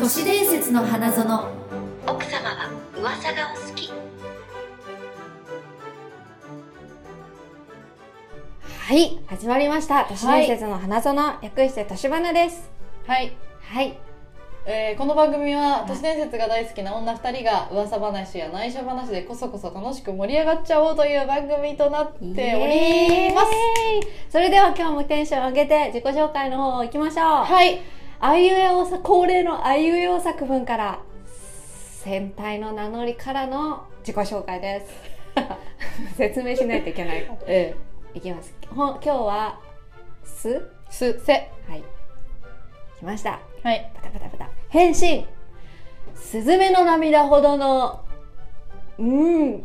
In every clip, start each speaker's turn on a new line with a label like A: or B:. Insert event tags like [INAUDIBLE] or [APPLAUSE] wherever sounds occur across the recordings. A: 都市伝説の花園
B: 奥様は噂がお好き
C: はい、始まりました。都市伝説の花園、略して都市花です。
D: はい、
C: はい、
D: えーこの番組はい都市伝説が大好きな女2人が噂話や内緒話でこそこそ楽しく盛り上がっちゃおうという番組となっております
C: イエーイそれでは今日もテンション上げて自己紹介の方行きましょう。
D: はい
C: あいうえおさ恒例のあいうえお作文から先輩の名乗りからの自己紹
B: [LAUGHS]
C: 介です説明しないといけないから
D: え
C: いきますほん今日はす
D: ー、すせ
C: はい来ました
D: はい
C: パタパタパタ変身スズメの涙ほどのうん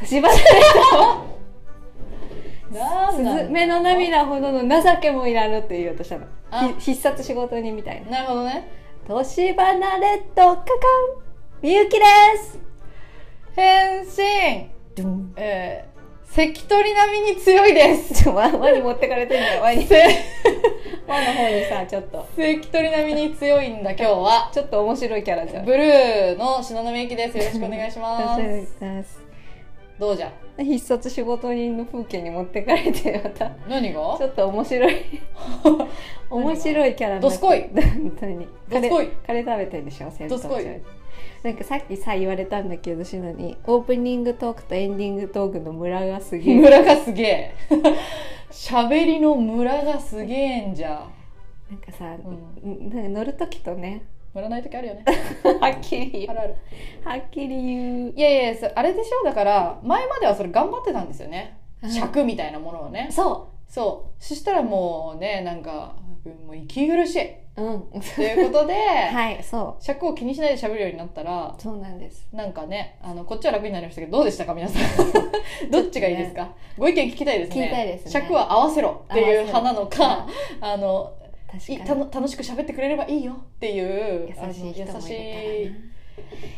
C: 年離れ
D: なんだ
C: スズメの涙ほどの情けもいらぬって言おうとしたの
D: あ
C: ひ必殺仕事人みたいな
D: なるほどね
C: 年離れとカカンみゆきです
D: 変身
C: ドゥン
D: えー、関取並みに強いです
C: ちょ輪輪に持ってかれてん [LAUGHS] だよ輪に
D: せ
C: 輪の方にさちょっと
D: [LAUGHS] 関取並みに強いんだ今日は
C: ちょっと面白いキャラじゃん
D: ブルーの篠宮ゆきですよろしくお願いし [LAUGHS] ますどうじゃ
C: 必殺仕事人の風景に持ってかれてま [LAUGHS] た
D: 何が
C: ちょっと面白い [LAUGHS] 面白いキャラになって
D: どすこい
C: 本当に
D: どすこい
C: カレー食べてんでしょ戦闘
D: どすこい
C: 中なんかさっきさ言われたんだけどシノにオープニングトークとエンディングトークのムラがすげえ
D: 村がすげえ [LAUGHS] 喋りの村がすげえんじゃ
C: なんかさ、
D: う
C: なんか乗る時とね
D: 村ない時あるよね
C: はっきり
D: あるある
C: はっきり言う
D: いやいやそあれでしょだから前まではそれ頑張ってたんですよね尺みたいなものをね
C: そ
D: そうそしたらもうねなんかもう息苦しい
C: うん
D: ということで、
C: はいそ
D: 尺を気にしないで喋るようになったら
C: うそうなんです
D: なんかねあのこっちは楽になりましたけどどうでしたか皆さ
C: [LAUGHS]
D: んどっちがいいですか、ご意見聞きたいですね
C: 聞きたいですね
D: 尺は合わせろっていう派なの
C: 合
D: か
C: わ
D: あの
C: 確か
D: い
C: に
D: たの楽しく喋ってくれればいいよっていうあの
C: 優しい人もい
D: 優しい
C: る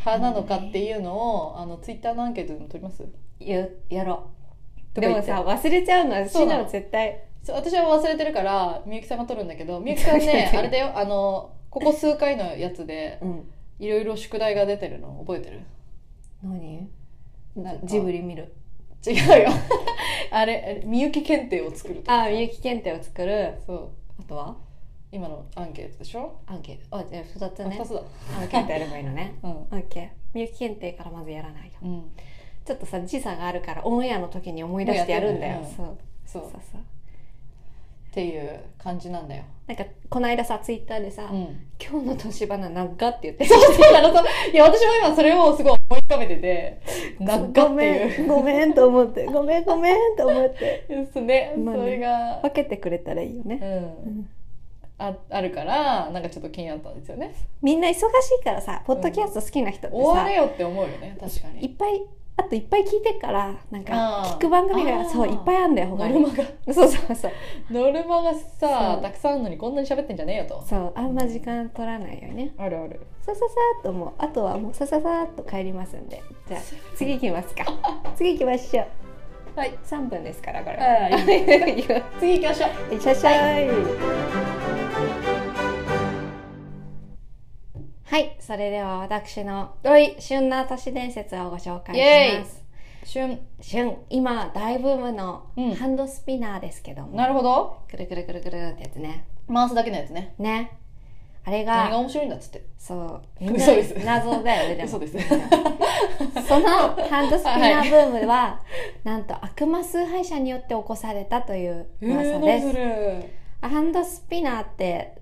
D: 派なのかっていうのをあのツイッターのアンケートでも取ります
C: からなよやろう
D: と
C: で
D: か言
C: も
D: って
C: さ忘れちゃうのは
D: そ
C: シ
D: うな
C: ノ
D: の
C: は絶対
D: そう私は忘れてるからみゆきさんが取るんだけどみゆき
C: [LAUGHS]
D: さん
C: 忘れ
D: ね
C: てる
D: あれだよあのここ数回のやつで
C: うん
D: いろいろ宿題が出てるの覚えてる
C: 何
D: なんか
C: ジブリ見る
D: 違うよ [LAUGHS] あれみゆき検定を作ると
C: あみゆき検定を作る
D: そう
C: あとは
D: 今のアンケートでしょ、
C: アンケートあじゃあ2つ
D: あ
C: ね
D: 2つだ
C: アンケートやればいいのね
D: うん
C: オッケーみゆき検定からまずやらないと
D: うん
C: ちょっとさ時差があるからオンエアの時に思い出してやるんだよ
D: もうやって
C: そう
D: そう
C: そう
D: っ
C: そう
D: ていう感じなんだよ、
C: なんかこの間さツイッターでさ
D: うん
C: 「
D: [LAUGHS]
C: 今日の年花長っ」って言って
D: そうなのそういや、私も今それをすごい思い浮かべてて、なんか
C: ご
D: って
C: め
D: い
C: んごめんと思ってごめんごめんと思 [LAUGHS] って
D: う。 [LAUGHS] ですね。
C: まあね
D: それが、
C: 分けてくれたらいいよ
D: う。
C: ね、うんん
D: ああるから、なんかちょっと気になったんですよね。
C: みんな忙しいからさポッドキャスト好きな人って
D: 終
C: さ
D: われ、よって思うよね、確か
C: い
D: に。
C: っぱいあといっぱい聞いてっからなんか
D: あー
C: 聞く番組
D: あ
C: が
D: ー
C: そういっぱいあんだよ
D: ノ
C: 他
D: ル
C: に
D: マが、 [LAUGHS]
C: そうそうそう
D: ノルマが
C: そ
D: さ
C: う、
D: たくさんあるのにこんなに喋ってんじゃねえよと。
C: そうあんま時間取らないよね
D: あるある。
C: さささーっともうあとはもうさささーっと帰りますんでじゃあ次行きます [LAUGHS] か次行きましょう
D: はい
C: 3分ですからこれ
D: あ
C: [LAUGHS]
D: ーいい
C: いいよ
D: 次行きましょう。
C: いらっしゃいはいそれでは私の
D: はい。
C: 旬な都市伝説をご紹介
D: イエ
C: し
D: ーイ
C: ます
D: 旬。
C: 旬今大ブームの
D: うん
C: ハンドスピナーですけども、
D: なるほど。
C: くるくるくるくるってやつね
D: 回すだけのやつね。
C: ねあれ
D: 何が
C: が
D: 面白いんだっつって。 [LAUGHS]
C: そうみんな
D: 嘘です
C: 謎だ
D: [LAUGHS]
C: よねで
D: 嘘
C: も
D: です。
C: そのハンドスピナーブームは、なんと悪魔崇拝者によって起こされたという
D: えー、
C: 噂
D: 何
C: です
D: そ、れ。
C: ハンドスピナーって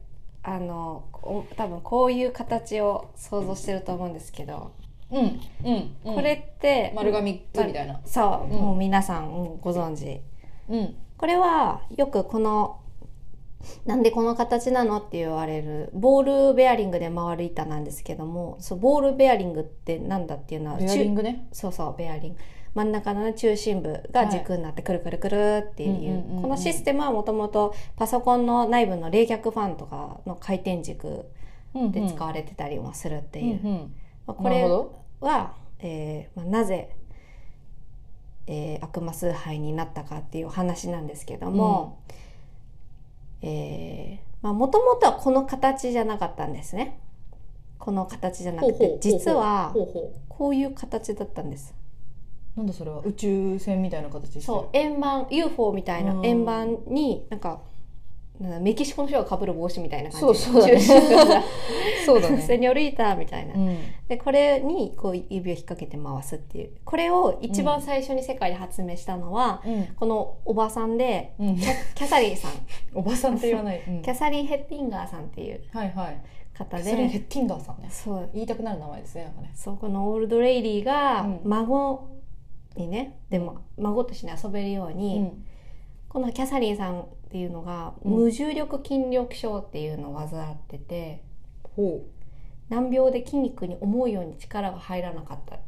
C: あのこ多分こういう形を想像してると思ううんですけど、
D: うん、うん。うん
C: これ、って
D: 丸が3つみたいな。
C: そう、
D: うん
C: もう皆さんうんご存知
D: うん。
C: これはよくこのなんでこの形なのって言われるボールベアリングで回る板なんですけどもそうボールベアリングってなんだっていうのは
D: ベアリングね。
C: そうそうベアリング真ん中のね中心部が軸になってくるくるくるっていう,、
D: うんうんうんうん
C: このシステムはもともとパソコンの内部の冷却ファンとかの回転軸で使われてたりもするっていう、
D: うんうん
C: まあ、こ
D: なる
C: れ
D: ほど
C: は、えーまあ、なぜ、えー悪魔崇拝になったかっていう話なんですけども、えーまあ、もともとはこの形じゃなかったんですね。この形じゃな
D: ほう
C: く
D: ほ
C: て
D: う
C: 実は
D: ほうほ
C: こういう形だったんです
D: うなんだそれは宇宙船みたいな形してる
C: そう円盤 UFO みたいな
D: うん
C: 円盤になんかなんだメキシコの人がかぶる帽子みたいな感じ
D: そう [LAUGHS] そうだね
C: 宇宙人が
D: [LAUGHS] そうだ
C: セ
D: ね、
C: ニョリータみたいな
D: うん、
C: でこれにこう指を引っ掛けて回すっていうこれを一番最初に世界で発明したのは、
D: うん
C: このおばさんで
D: うん
C: キ、ャキャサリンさん
D: おばさんって言わない、うん
C: キャサリン・ヘッティンガーさんっていう
D: はいはい
C: 方
D: それヘ
C: で
D: ッティンガーさんね
C: そう
D: 言いたくなる名前ですねなんかね
C: そうこのオールドレイリーが
D: うん
C: 孫にね、でも孫と一緒に遊べるように、このキャサリンさんっていうのが
D: うん
C: 無重力筋力症っていうのを患ってて、
D: ほ
C: 難病で筋肉に思うように力が入らなかった
D: う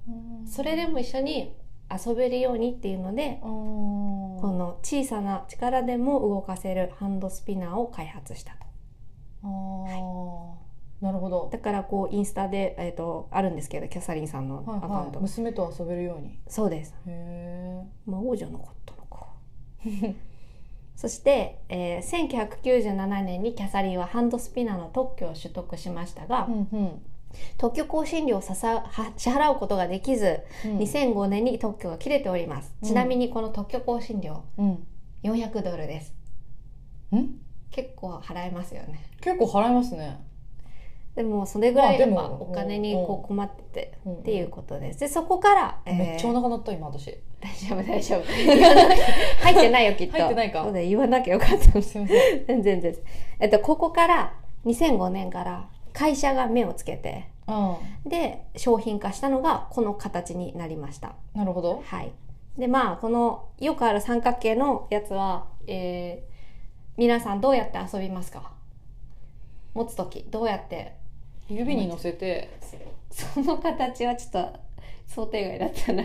C: それでも一緒に遊べるようにっていうので、こ
D: こ
C: の小さな力でも動かせるハンドスピナーを開発したと
D: のなるほど、
C: だからこうインスタで、えー、とあるんですけどキャサリンさんの
D: はい
C: アカウン
D: はい、
C: ト、
D: 娘と遊べるように
C: そうです
D: へ
C: 魔王じゃなかったのか [LAUGHS] そして、えー1997年にキャサリンはハンドスピナーの特許を取得しましたが、
D: え、んうん
C: 特許更新料をささは支払うことができず、2005年に特許が切れております、
D: うん
C: ちなみにこの特許更新料
D: うん、
C: 400ドルです
D: うん、
C: 結構払えますよね
D: 結構払いますね、
C: でもそれぐらいやっ
D: まあ
C: ぱ
D: でも
C: お金に
D: うん
C: こう困ってて
D: うん、
C: っていうことですでそこから、えー
D: めっちゃお腹鳴った今私
C: [LAUGHS] 大丈夫大丈夫
D: [LAUGHS]
C: 言わなきゃ入ってないよきっと
D: 入ってないか
C: そうだよ言わなきゃよかった
D: すいません
C: 全然です。えっと、ここから2005年から会社が目をつけて、
D: うん
C: で、商品化したのがこの形になりました。
D: なるほど
C: はい。で、まあ、このよくある三角形のやつは、えー皆さんどうやって遊びますか持つとき、どうやって
D: 指に乗せて
C: その形はちょっと想定外だったな。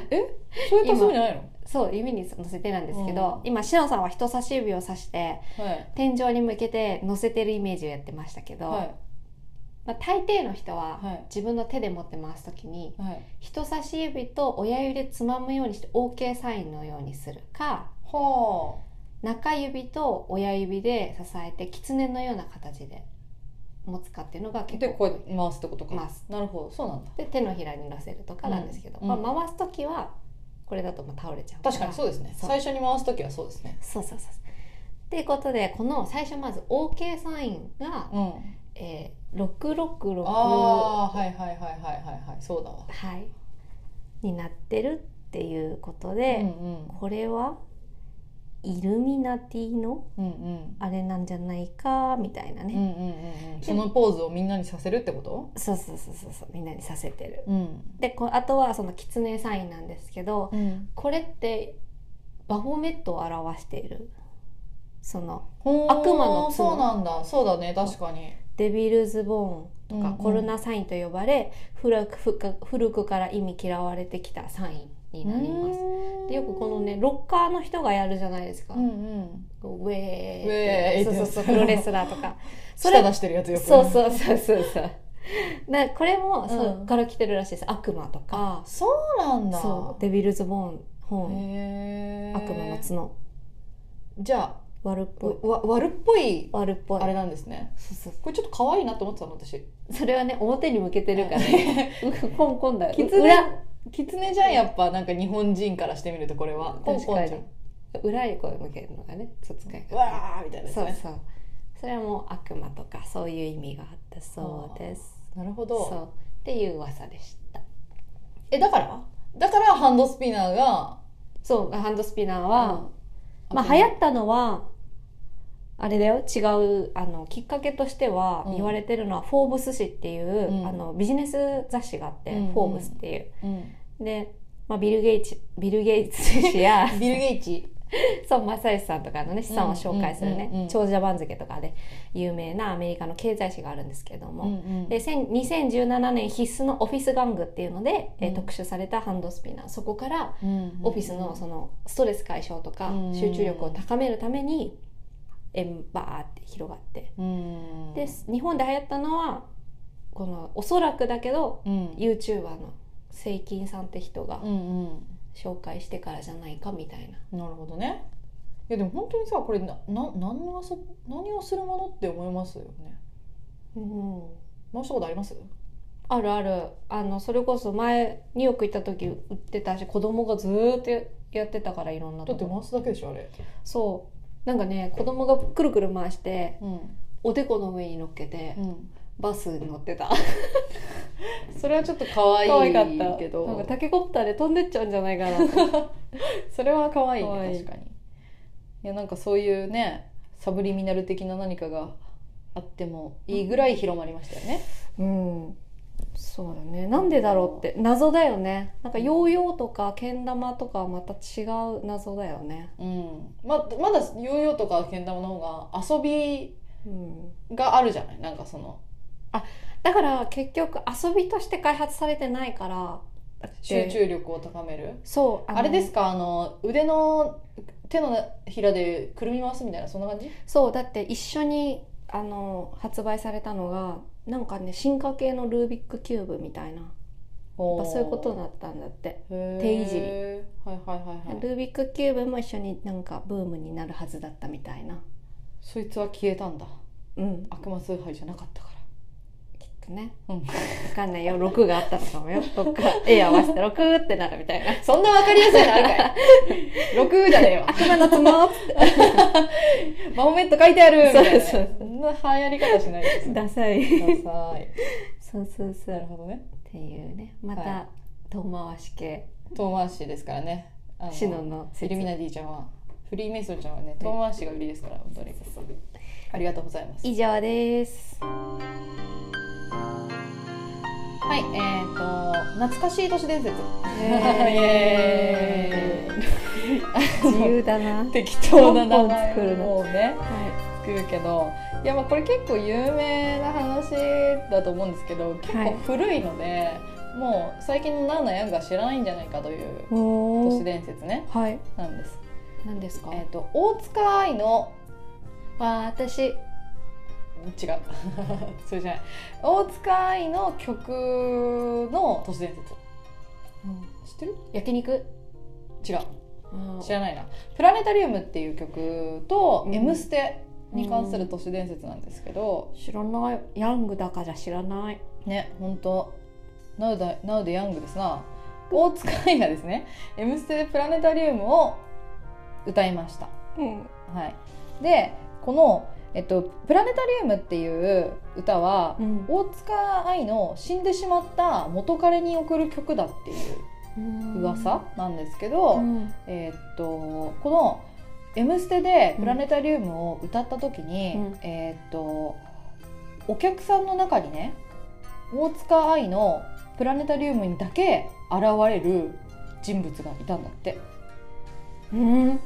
D: それとそうじゃないの
C: そう、指に乗せてなんですけど、今、しのさんは人差し指を指して、
D: はい
C: 天井に向けて乗せてるイメージをやってましたけど、
D: は
C: まあ、大抵の人は、
D: はい
C: 自分の手で持って回す時に
D: いはい
C: 人差し指と親指でつまむようにして OK サインのようにするか
D: は
C: 中指と親指で支えて狐のような形で持つかっていうのが
D: あ
C: 結
D: でこ
C: 構
D: うやって回すってことか
C: 回す
D: なるほどそうなんだ
C: で手のひらに乗せるとかなんですけど、
D: うんうん
C: まあ、回す時はこれだとまあ倒れちゃう
D: 確かにそうですね
C: そう
D: 最初に回すときはそうですね
C: そうそうそうっていうことでこの最初まず OK サインが、
D: うん
C: えー、666
D: ああーはいはいはいはいはいはいそうだわ
C: はい、になってるっていうことで、
D: うん
C: これはイルミナティの
D: うんうんうん
C: あれなんじゃないかみたいな
D: うんうん
C: ね、
D: うんうんそのポーズをみんなにさせるってこと
C: そうそうそうそうそうみんなにさせてる
D: うん
C: でこあとはその狐サインなんですけど
D: うん
C: これってバフォメットを表しているその
D: ほー
C: 悪魔の角
D: そうなんだそうだね確かに
C: デビルズボーンと
D: うんう
C: か
D: ん
C: コルナサインと呼ばれ、古くふか古くから意味嫌われてきたサインになりますでよくこのねロッカーの人がやるじゃないですか、
D: うんうん
C: ウェー
D: ウェーイ
C: そうそうそうプロレスラーとかそ
D: 舌
C: れ
D: 出してるやつよく
C: そうそうそうそうそうなこれもそ
D: うん
C: うから来てるらしいです、悪魔とか
D: そうなんだ
C: そうデビルズ・ボーン本
D: へー
C: 悪魔の角
D: じゃ
C: 悪っ
D: あ
C: ぽい
D: わ悪っぽい
C: 悪っぽい
D: あれなんですね
C: そうそう
D: これちょっと可愛いなと思ってたの私
C: それはね表に向けてるから [LAUGHS] ねコンコンだよ
D: 狐
C: 裏
D: 狐じゃんやっぱなんか日本人からしてみるとこれはポン
C: 確
D: ポ
C: か
D: ンじゃ
C: に
D: ん
C: 裏にこう向けるのがねちょっと使いう方
D: わーみたいなやつ
C: そう
D: ね
C: そうそれはもう悪魔とかそういう意味があったそうです
D: なるほど
C: そうっていう噂でした
D: えだからだからハンドスピナーが
C: そうハンドスピナーは、
D: うん
C: まあ、流行ったのはあれだよ違うあのきっかけとしては
D: うん
C: 言われてるのは「フォーブス」誌っていう、
D: うん
C: あのビジネス雑誌があって「
D: うんうん
C: フォーブス」っていう。
D: うん
C: でまあ、ビル・ゲイチビル・ゲイツ氏や [LAUGHS]
D: ビル・ゲイチ
C: 孫正義さんとかのね資産を紹介する
D: うんうんうんう
C: ね
D: ん
C: 長者番付とかで有名なアメリカの経済誌があるんですけれども、で1000 2017年必須のオフィス玩具っていうので、えー
D: うん
C: 特集されたハンドスピナーそこからオフィスのそ
D: の
C: のストレス解消とか
D: うん
C: 集中力を高めるために円バーって広がって
D: うん
C: で日本で流行ったのはこのおそらくだけど
D: うんうん
C: YouTuber のセイキンさんって人が
D: うん
C: 紹介してからじゃないかみたいな
D: なるほどねいやでも本当にさこれなな何をそ何をするものって思いますよね
C: うん
D: 回したことあります
C: あるあるあのそれこそ前ニューヨーク行った時売ってたし子供がずーっとやってたからいろんな
D: だ
C: と
D: って
C: こ
D: 回すだけでしょあれ
C: そうなんかね子供がくるくる回して
D: うん、
C: おでこの上に乗っけて
D: うん、
C: バスに乗って [LAUGHS] た
D: それはちょっと
C: 可
D: 愛い
C: け
D: け
C: ど
D: ど
C: なんかタケコプターで飛んでっちゃうんじゃないかなと
D: それは可愛い
C: 可愛い
D: ね確かにいやなんかそういうねサブリミナル的な何かがあってもいいぐらい広まりましたよね、
C: [LAUGHS] うんそうだねなんでだろうって謎だよねなんかヨーヨーとかけん玉とかはまた違う謎だよね
D: うんままだヨーヨーとかけん玉の方が遊び
C: うん
D: があるじゃないなんかその
C: だから結局遊びとして開発されてないから
D: 集中力を高める
C: そう
D: あ
C: の
D: れですかあの腕の手のひらでくるみ回すみたいなそんな感じ
C: そうだって一緒にあの発売されたのがなんかね進化系のルービックキューブみたいなやっ
D: そ
C: ぱそういうことだったんだって手
D: 手
C: いじり
D: はいはいはいはい
C: ルービックキューブも一緒になんかブームになるはずだったみたいな
D: そいつは消えたんだ
C: うん
D: 悪魔崇拝じゃなかったから
C: きっとね、
D: うん
C: わかんないよ6があったのかもよとか絵合わせて6ってなるみたいな
D: そんなわかりやすいのある
C: [LAUGHS]
D: かい。六じゃねえわ。
C: 悪魔の角っつって
D: マホメット書いてあるみたいなね。
C: そうそう
D: そんな流行り方しないです。
C: ダサい
D: ダサい。
C: そうそうそ
D: なる
C: う
D: ほどね。
C: っていうねまた、
D: は
C: 遠回し系
D: 遠回しですからね。あの
C: シノの説
D: イルミナティちゃんは、フリーメイソンちゃんはね、遠回しが売りですから、本当に。ありがとうございます。
C: 以上です
D: はい、えっ、と、懐かしい都市
C: [LAUGHS]
D: 伝説。
C: え
D: イエーイ
C: ー自由だな、はい、
D: 適当な名
C: ポンポ
D: 前
C: ン作るの
D: をね、作るけど、いやまあこれ結構有名な話だと思うんですけど、結構古いので、もう最近のナウナヤングは知らないんじゃないかという
C: お
D: 都市
C: ー
D: 伝説ね、
C: はい
D: なんです。
C: 何ですか、
D: えっ、と大塚愛の
C: 私
D: 違う、 [LAUGHS] それじゃない。大塚愛の曲の都市伝説。知ってる？
C: 焼肉
D: 違う。
C: あ
D: 知らないな「プラネタリウム」っていう曲と
C: う
D: 「
C: ん
D: M ステ」に関する都市伝説なんですけど、
C: 知らないヤングだから知らない
D: ねほんと「Now the, Now the Young」ですな大塚愛がですね「M ステ」で「プラネタリウム」を歌いました。
C: うん
D: はい、でこの、えっと「プラネタリウム」っていう歌は、
C: うん
D: 大塚愛の死んでしまった元彼に送る曲だっていう噂なんですけど、
C: うん
D: えーっとこの「M ステ」で「プラネタリウム」を歌った時に、
C: うん
D: えーっとお客さんの中にね大塚愛の「プラネタリウム」にだけ現れる人物がいたんだって
C: うん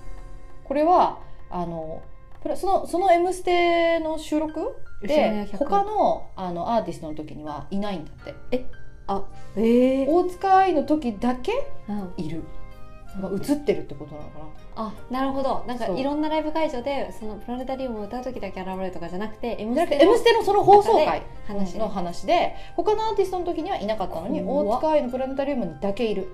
D: これはあのプラそのその「M ステ」の収録で
C: 100
D: 他のあのアーティストの時にはいないんだって
C: ええ
D: 大塚愛の時だけ
C: うん、
D: いる、まあ、映ってるってことなのかな
C: あなるほどなんか
D: そう
C: いろんなライブ会場でそのプラネタリウムを歌う時だけ現れるとかじゃなくて「M
D: じゃ
C: ス
D: な
C: テ
D: くて」M ステのその放送回
C: 話で
D: の話で他のアーティストの時にはいなかったのに
C: 怖っ
D: 大塚愛のプラネタリウムにだけいる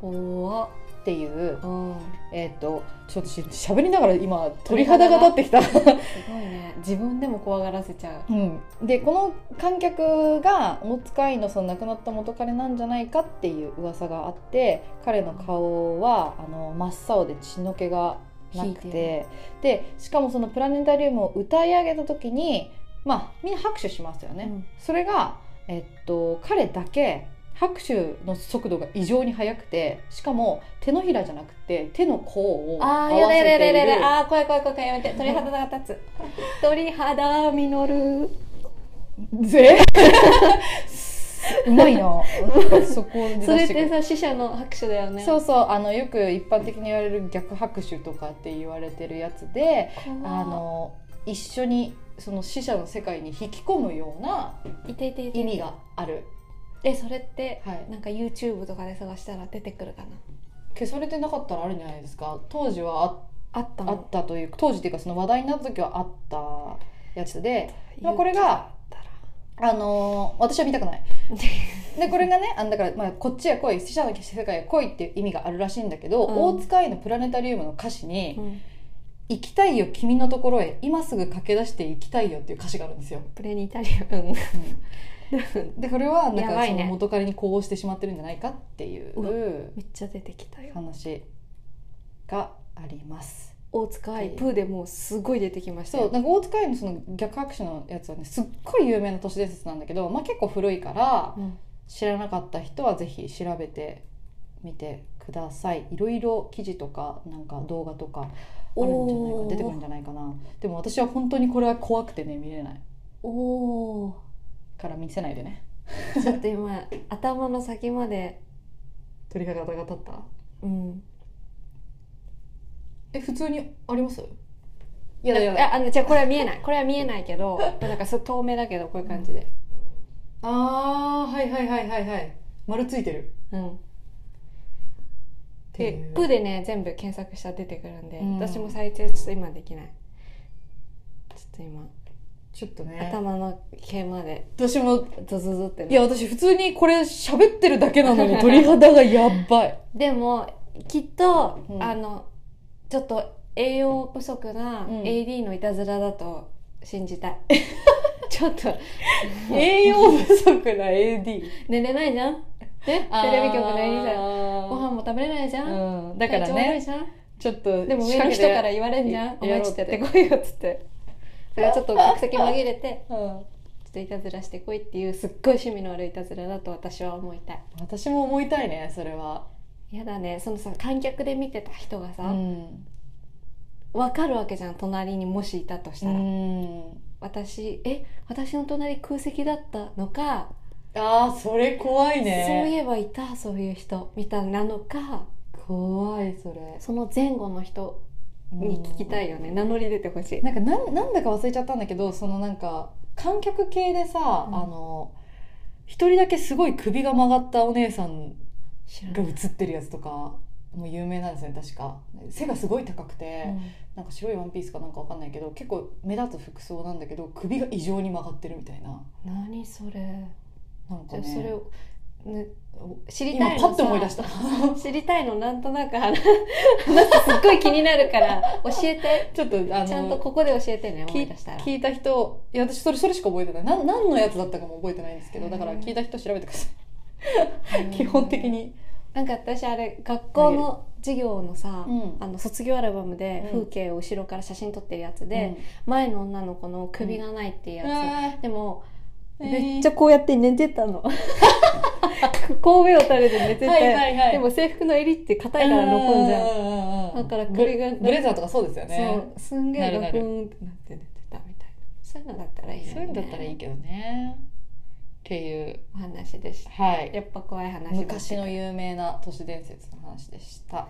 C: 怖っ、
D: っていう
C: うん、
D: えっ、とちょっとししゃべりながら今鳥肌が立ってきた、
C: すごいね自分でも怖がらせちゃう
D: うん、でこの観客が大塚愛のその亡くなった元彼なんじゃないかっていう噂があって彼の顔はあの真っ青で血の気がなくて
C: 引いて
D: でしかもそのプラネタリウムを歌い上げた時にまあみんな拍手しますよね。
C: うん
D: それが、えっと、彼だけ拍手の速度が異常に速くてしかも手のひらじゃなくて手の甲を合
C: あ
D: わ
C: ーやだやだ
D: せ
C: やだ
D: てい
C: やだや
D: る
C: だあー怖い怖い怖い怖いやめて鳥肌が立つ鳥肌実る
D: ぜ [LAUGHS] うまいなそこを出
C: それっ
D: してく
C: て
D: る
C: さ死者の拍手だよね
D: そううそうあのよく一般的に言われる逆拍手とかって言われてるやつであの一緒にその死者の世界に引き込むようない
C: ていてい
D: 意
C: て
D: 味がある、
C: えそれって
D: はい、
C: なんか YouTube とかで探したら出てくるかな
D: 消されてなかったらあるんじゃないですか当時はあっ
C: あった
D: あ
C: の
D: ったという当時っていうかその話題になった時はあったやつで、まあ、これ
C: YouTube
D: が
C: だ
D: [LAUGHS]
C: ったら
D: あのー私は見たくないでこれがねあのだから、まあ、こっちへ来い死者の世界へ来いっていう意味があるらしいんだけど、
C: うん
D: 大塚愛のプラネタリウムの歌詞に
C: うん [LAUGHS]
D: 「行きたいよ君のところへ今すぐ駆け出して行きたいよ」っていう歌詞があるんですよ、
C: プレニタリウム
D: うんでこれはなん
C: や
D: か
C: ば
D: そ
C: いね
D: の元彼に呼応してしまってるんじゃないかっていう
C: めっちゃ出てきたよ
D: 話があります。
C: 大塚愛プーでもうすごい出てきました
D: そう
C: よ
D: なんか大塚愛のその逆拍手のやつはねすっごい有名な都市伝説なんだけど、まあ、結構古いから
C: うん
D: 知らなかった人はぜひ調べてみてくださいいろいろ記事とかなんか動画とかあるんじゃない
C: お
D: か
C: ー
D: 出てくるんじゃないかなでも私は本当にこれは怖くてね見れない
C: おお
D: から見せないでね
C: ちょっと今頭の先まで
D: 鳥肌が立った
C: うん
D: え普通にありますい
C: い
D: やだやだ
C: あのじゃあこれは見えないこれは見えないけ
D: [LAUGHS]
C: どなんかそう透明だけどこういう感じで
D: あーはいはいはいはいはい丸ついてる
C: うん
D: ってい
C: で
D: う
C: プーでね全部検索したら出てくるんで、
D: うん
C: 私も最低ちょっと今できないちょっと今
D: ちょっとね
C: 頭の毛まで
D: 私も
C: ズズズって
D: いや私普通にこれ喋ってるだけな [LAUGHS] のに鳥肌がやばい
C: でもきっと、
D: うん
C: あのちょっと栄養不足な
D: うん
C: AD のいたずらだと信じた
D: [LAUGHS]
C: い、ちょっと
D: 栄養不足な AD
C: 寝れないじゃんねテレビ局の AD さんご飯も食べれないじゃん、
D: うんだから
C: 体調悪い
D: ね
C: じゃん
D: ちょっと
C: でも上の人から言われんじゃん
D: 仕
C: お前ちょっ
D: 掛
C: とやって
D: けて
C: こいよっつ
D: [LAUGHS]
C: ってだからちょっと客席紛れて
D: うん
C: ちょっといたずらしてこいっていうすっごい趣味の悪いいたずらだと私は思いたい
D: 私も思いたいねそれは
C: やだねそのさ観客で見てた人がさ、
D: うん
C: わかるわけじゃん隣にもしいたとしたら、私え私の隣空席だったのか、
D: あーそれ怖い
C: そうい
D: ね
C: えばいたそういう人みたいなのか
D: 怖いそれ
C: その前後の人に聞きたいよね、名乗り出てほしい
D: なんかなんなんだか忘れちゃったんだけどそのなんか観客系でさ、
C: うん
D: あの一人だけすごい首が曲がったお姉さん
C: 知
D: が映ってるやつとかも有名なんですよね確か背がすごい高くて、なんか白いワンピースかなんかわかんないけど結構目立つ服装なんだけど首が異常に曲がってるみたいな
C: 何それ、
D: なん
C: じゃあ
D: かね
C: それを、ね、知り
D: 今
C: たいの
D: パッと思い出した
C: た [LAUGHS] 知りたいのなんとなく話話すすっごい気になる
D: [LAUGHS]
C: から教えて
D: ちょっとあの
C: ちゃんとここで教えてね
D: き
C: 思い出したら
D: 聞いた人いや私それそれしか覚えてないなん何のやつだったかも覚えてないんですけどだから聞いた人調べてください基本的に、
C: なんか私あれ学校の授業のさ、
D: うん
C: あの卒業アルバムで
D: うん
C: 風景を後ろから写真撮ってるやつで、前の女の子の首がないっていうや
D: うん、
C: つ、
D: あー
C: でも、
D: えー
C: めっちゃこうやって寝てたの [LAUGHS] 神戸を垂れて寝てて、
D: はいはいはい
C: でも制服の襟って硬いから残んじゃん、
D: ゃ
C: だから首が
D: ブレザーとかそうですよね
C: そうすんげ
D: な
C: え
D: る
C: ガ
D: な
C: ク
D: る
C: ンってなって寝てたみたいなそういうのだったらいいのにね
D: そういうんだったらいいけどねっていう
C: お話でした
D: はい
C: やっぱ怖い話だった [LAUGHS]
D: 昔の有名な都市伝説の話でした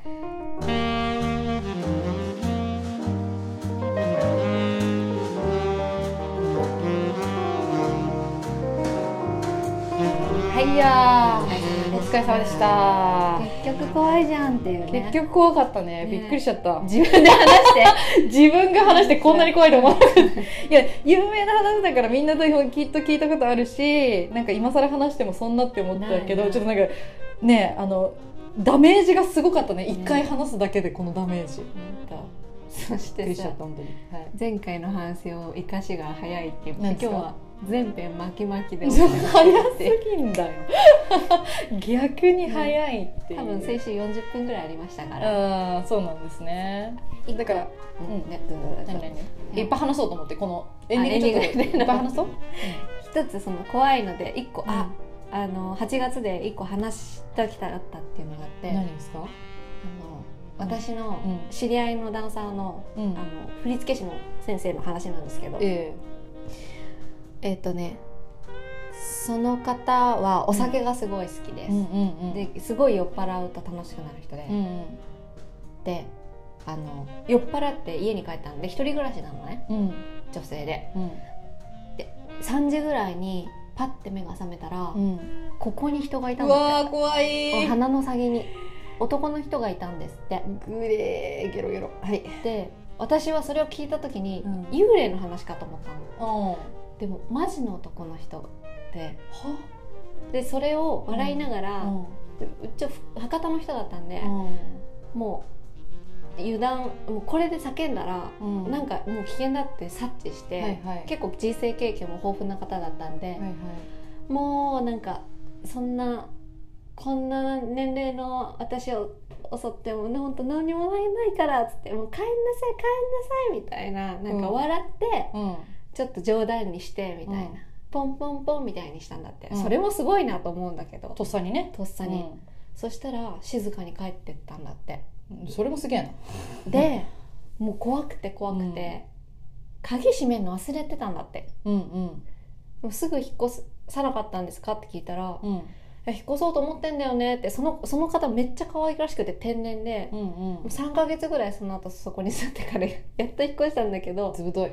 D: はいやーお疲れ様でした
A: 結局怖いじゃんっていう
D: 結局怖かったね
C: ね
D: びっくりしちゃった、
C: 自分で話して
D: [LAUGHS] 自分が話してこんなに怖いと思わなかったいや有名な話だからみんなときっと聞いたことあるしなんか今更話してもそんなって思ったけど
C: ないない
D: ちょっとなんかねあのダメージがすごかったね一回話すだけでこのダメージ、
C: [LAUGHS] そし
D: びっく
C: て
D: りしちゃ
C: さ
D: った本当に、はい
C: 前回の反省を生かしが早いって言って
D: なん
C: 今
D: です
C: 日
D: か
C: は全編巻き巻きで
D: そう早
C: すぎ
D: すぎんだよ [LAUGHS] 逆に早いっていう、
C: 多分先週40分ぐらいありましたから
D: ああそうなんですねだからうん
C: ねどうぞどうぞ
D: 何々いっぱい話そうと思ってこのエンディング
C: あエン
D: ち
C: デ
D: ょ
C: ィング
D: っと
C: [LAUGHS]
D: いっぱい話そう
C: 一つその怖いので一個あ
D: あ
C: あの8月で一個話したきたかったっていうのがあってあの
D: ですか
C: 私
D: う
C: の
D: ん
C: 知り合いのダンサーの
D: う
C: あ
D: ん
C: の振付師の先生の話なんですけど
D: え
C: えっとねその方はお酒がすごい好き
D: え
C: で
D: うんうんうん
C: すですごい酔っ払うと楽しくなる人で
D: うんうん
C: であの酔っ払って家に帰ったんで一人暮らしなのね
D: うん
C: 女性で
D: うん
C: 3時ぐらいにパッて目が覚めたら
D: うん
C: ここに人がいたん
D: う
C: だって
D: わー怖い
C: お花の先に男の人がいたんですって
D: グレーゲロゲロはい
C: で私はそれを聞いた時に、
D: うん
C: 幽霊の話かと思ったの
D: うんは
C: でもマジの男の人ででそれを笑いながら、
D: うん
C: でうちは博多の人だったんで、
D: う
C: もう油断もうこれで叫んだら、
D: ん
C: なんかもう危険だって察知して、
D: はいはい
C: 結構人生経験も豊富な方だったんで、
D: はいはい
C: もうなんかそんなこんな年齢の私を襲っても本当何にもないないからっつってもう帰んなさい帰んなさいみたいななんか
D: うん
C: 笑って
D: うん
C: ちょっと冗談にしてみたいな、
D: うん
C: ポンポンポンみたいにしたんだって、
D: うん
C: それもすごいなと思うんだけど
D: とっさにね
C: とっさに、
D: うん
C: そしたら静かに帰ってったんだって
D: それもすげえな
C: で、もう怖くて怖くて、鍵閉めるの忘れてたんだって
D: うんうん
C: もうすぐ引っ越さなかったんですかって聞いたら、
D: うん
C: いや引っ越そうと思ってんだよねってそのその方めっちゃ可愛らしくて天然で、
D: う
C: も
D: んう
C: うん3ヶ月ぐらいその後そこに住んでから [LAUGHS] やっと引っ越したんだけど
D: ずぶとい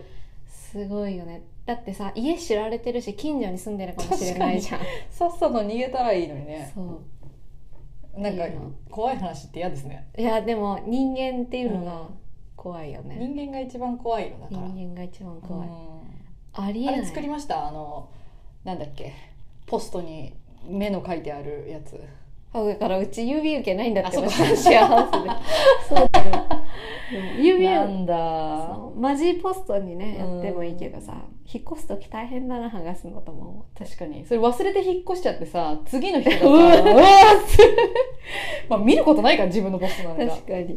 C: すごいよねだってさ家知られてるし近所に住んでるかもしれないじゃん
D: さっさと逃げたらいいのにね
C: そ
D: なんか
C: いいな
D: 怖い話って嫌ですね
C: ういやでも人間っていうのが怖いよね、
D: 人間が一番怖いよだから
C: 人間が一番怖い、
D: うん
C: ありえ
D: あ
C: ない
D: れ作りましたあのなんだっけポストに目の書いてあるやつ
C: あだからうち指受けないんだって
D: あ
C: 私
D: そ
C: 幸せで
D: [LAUGHS]
C: そうだようん指を
D: んだ
C: そうマジポストにね
D: うん
C: やってもいいけどさ引っ越す時大変だな剥がすのとも思って
D: 確かにそれ忘れて引っ越しちゃってさ次の日とか
C: [LAUGHS] うわ
D: さうわーって [LAUGHS] まあ見ることないから自分のポストなんか
C: 確かに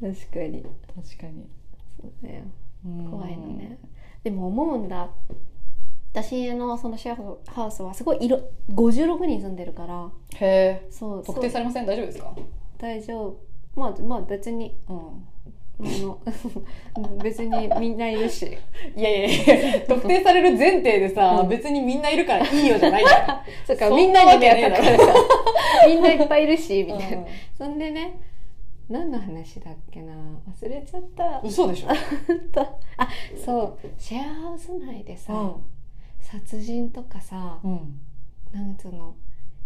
C: 確かに
D: 確かに
C: そうだよ怖いのねでも思うんだ私のそのシェアハウスはすごい色56人住んでるから
D: へえ
C: そう
D: 特定
C: そう
D: されません大丈夫ですか
C: 大丈夫まあまあ別に
D: うん
C: あの [LAUGHS] 別にみんないるし
D: [LAUGHS] いやいやいや特定される前提でさ、
C: うん
D: 別にみんないるからいいよじゃない
C: [LAUGHS]
D: じゃん
C: そっか
D: そんな
C: みんなに
D: わけね
C: 目
D: え
C: 当
D: だ
C: た
D: ろ
C: るからさ [LAUGHS] みんないっぱいいるしみたいな、
D: う
C: そんでね何の話だっけな忘れちゃった
D: ん嘘でしょ、
C: あそうシェアハウス内でさ、
D: う
C: 殺人とかさ
D: んうん、
C: なんつうの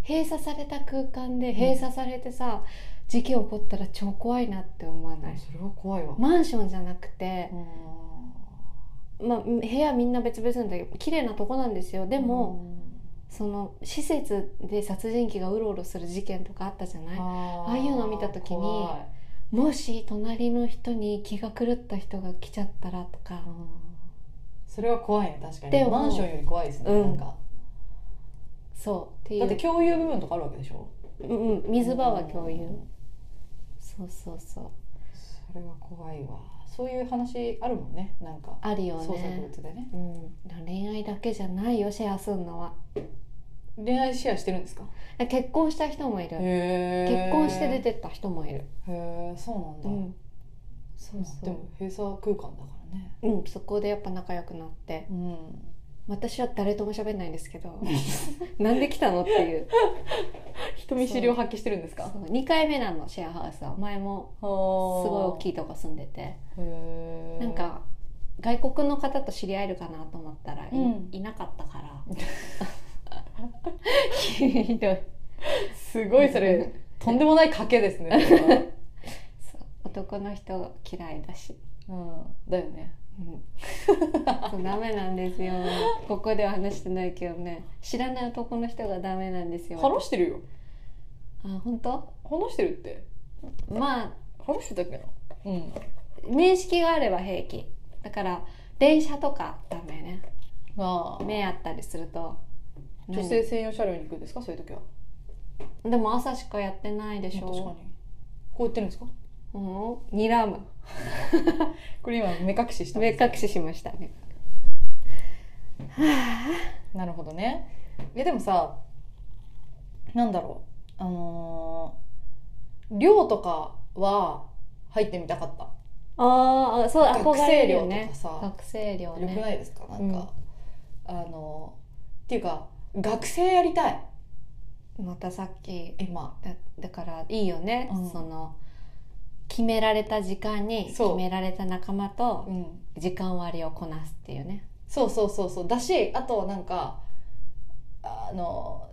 C: 閉鎖された空間で閉鎖されてさ、事件起こったら超怖いなって思わない
D: それは怖いわ、
C: マンションじゃなくて
D: う、ん
C: まあ、部屋みんな別々なんだけど綺麗なとこなんですよでも、、その施設で殺人鬼がうろうろする事件とかあったじゃない
D: あ
C: ああいうの見た時に
D: 怖い
C: もし隣の人に気が狂った人が来ちゃったらとか
D: それは怖いね確か
C: で
D: に
C: も
D: マンションより怖いですね、
C: うん
D: なんか
C: そうっていう
D: だって共有部分とかあるわけでしょ
C: うんうん、水場は共有、
D: うん
C: そうそうそう
D: それは怖いわそういう話あるもんねなんか
C: あるよ
D: 創作
C: ね、
D: 物でね
C: うん、恋愛だけじゃないよシェアすんのは
D: 恋愛シェアしてるんですか
C: 結婚した人もいる
D: へ
C: 結婚して出
D: て
C: てった人もいる、
D: へえそう
C: う
D: なんだ、
C: ん、そう
D: で
C: そ
D: も閉鎖空間だからね
C: う、うん、そこでやっぱ仲良くなって
D: うん
C: 私は誰とも喋んないんですけど [LAUGHS] なんで来たのっていう
D: [LAUGHS] 人見知りを発揮してるんです
C: そ
D: か
C: う2回目なのシェアハウスは前も
D: す
C: すごい大
D: ご
C: きいとこ住んでて
D: へー
C: なんか外国の方と知り合えるかなと思ったらい,、
D: うん
C: なかったから [LAUGHS] ひどい
D: すごいそれとんでもない賭けですね
C: [LAUGHS]
D: それは
C: そう男の人嫌いだし、
D: うんだよね
C: うん、そうダメなんですよここでは話してないけどね知らない男の人がダメなんですよ
D: 話してるよ
C: あ本当
D: 話してるって
C: まあ
D: 話してたっけなうん
C: 面識があれば平気だから電車とかダメね
D: ああ
C: 目あったりすると
D: 女性専用車両に行くんですかそういう時は
C: 何でも朝しかやってないで
D: 確
C: し
D: かに
C: ょ
D: こう言ってるんですか
C: うんにらむ
D: これ今目隠ししたん
C: 目
D: です
C: 隠ししましたね
D: なるほどねいやでもさなんだろうあのー寮とかは入ってみたかった
C: ああそう
D: 学
C: 憧れ
D: 生
C: る
D: 寮
C: よ
D: と
C: ね
D: かさ
C: 学生寮
D: よく
C: ね
D: ないですかなんか、あのーっていうか学生やりたい
C: またさっき
D: 今
C: だだからいいよね、
D: うん
C: その決められた時間に決
D: そう
C: められた仲間と
D: うん
C: 時間割をこなすっていうね
D: そうそうそうそうだしあとはなんかあの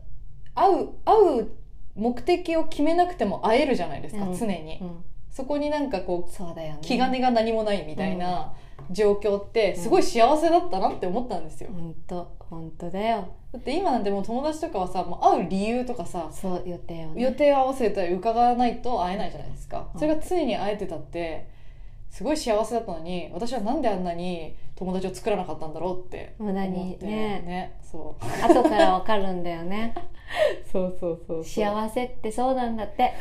D: 会う会う目的を決めなくても会えるじゃないですか、
C: うん
D: 常に、
C: うん
D: そこになんかこ
C: そうだよね
D: う気兼ねが何もないみたいな状況って
C: うん
D: すごい幸せだったなって思ったんですよ、
C: 本当本当だよ
D: だって今なんてもう友達とかはさもう会う理由とかさ
C: そう予定をね
D: 予定を合わせたり伺わないと会えないじゃないですか、
C: うん
D: それが常に会えてたってすごい幸せだったのに私はなんであんなに友達を作らなかったんだろうって
C: 無駄
D: 思っ
C: に
D: て
C: ね
D: そう
C: [LAUGHS] 後からわかるんだよね
D: そうそうそうそう
C: 幸せってそうなんだって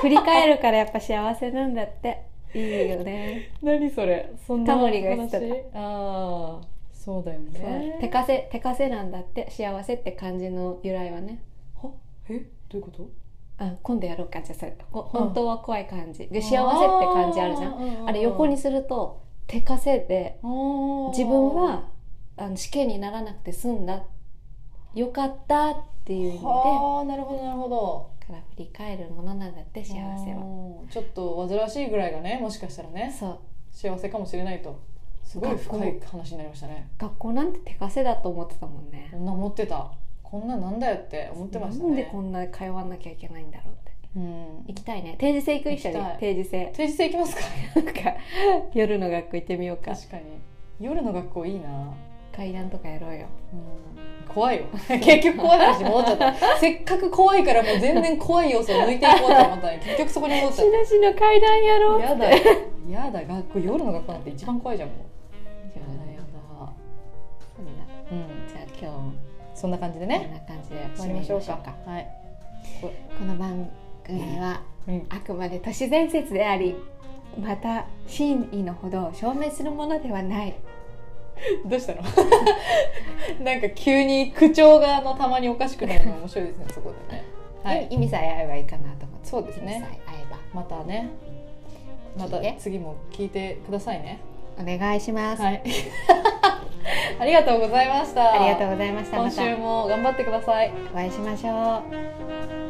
C: ふ [LAUGHS] 振り返るからやっぱ幸せなんだっていいよね
D: 何それそんな
C: タモリが言ってた
D: 話ああそうだよね
C: 手稼手稼なんだって幸せって感じの由来はね
D: はえどういうこと
C: あ今度やろうかじゃあそれほ
D: うん
C: 本当は怖い感じで幸せって感じあるじゃん
D: ん
C: あれ横にすると手稼いで自
D: 自
C: 分はあの試験にならなくて済んだよかったっていうの
D: はあなるほどなるほど
C: でから振り返るものなんだって幸せは
D: はちょっと煩わしいぐらいがねもしかしたらね
C: そう
D: 幸せかもしれないとすごい深い話になりましたね
C: 学校なんて手稼いだと思ってたもんね
D: こんな持ってたこんなんなんだよって思ってましたね
C: なんでこんな通わなきゃいけないんだろうって
D: うん
C: 行きたいね定時制行く一緒に
D: 行きたい
C: 定時制 [LAUGHS]
D: 定時制行きますか
C: なんか夜の学校行ってみようか
D: 確かに夜の学校いいな
C: 階段とかやろうよ
D: うん
C: [LAUGHS]
D: 怖いよ結局怖い話に戻っちゃったせっかく怖いからもう全然怖い要素を抜いていこうと思ったのに結局そこに戻っちゃっ
C: しなしの階段 [LAUGHS] やろ
D: た
C: う
D: やだやだ学校夜の学校なんて一番怖いじゃんもう
C: じゃあ
D: だ
C: そんな
D: うん、
C: じゃあ今日も
D: そんな感じで
C: こん
D: ね
C: な感じで
D: 終
C: 終
D: わ
C: わ
D: り
C: り
D: ま
C: ま
D: し
C: し
D: ょ
C: ょ
D: う
C: う
D: か
C: か
D: はい、
C: この番組は
D: うん、
C: あくまで都市伝説でありまた真意のほどを証明するものではない
D: [LAUGHS] どうしたの [LAUGHS] なんか急に口調があのたまにおかしくなるの面白いですねそこ [LAUGHS] でねはい
C: 意味さえ合えばいいかなと思って
D: そうです
C: 意味さ
D: ね
C: え合えば
D: またねまた
C: 聞いて
D: 次も聞いてくださいね
C: お願いします、
D: はい [LAUGHS] ありがとうございました
C: ありがとうございましたま
D: 今週
C: た
D: も頑張ってください
C: お会いしましょう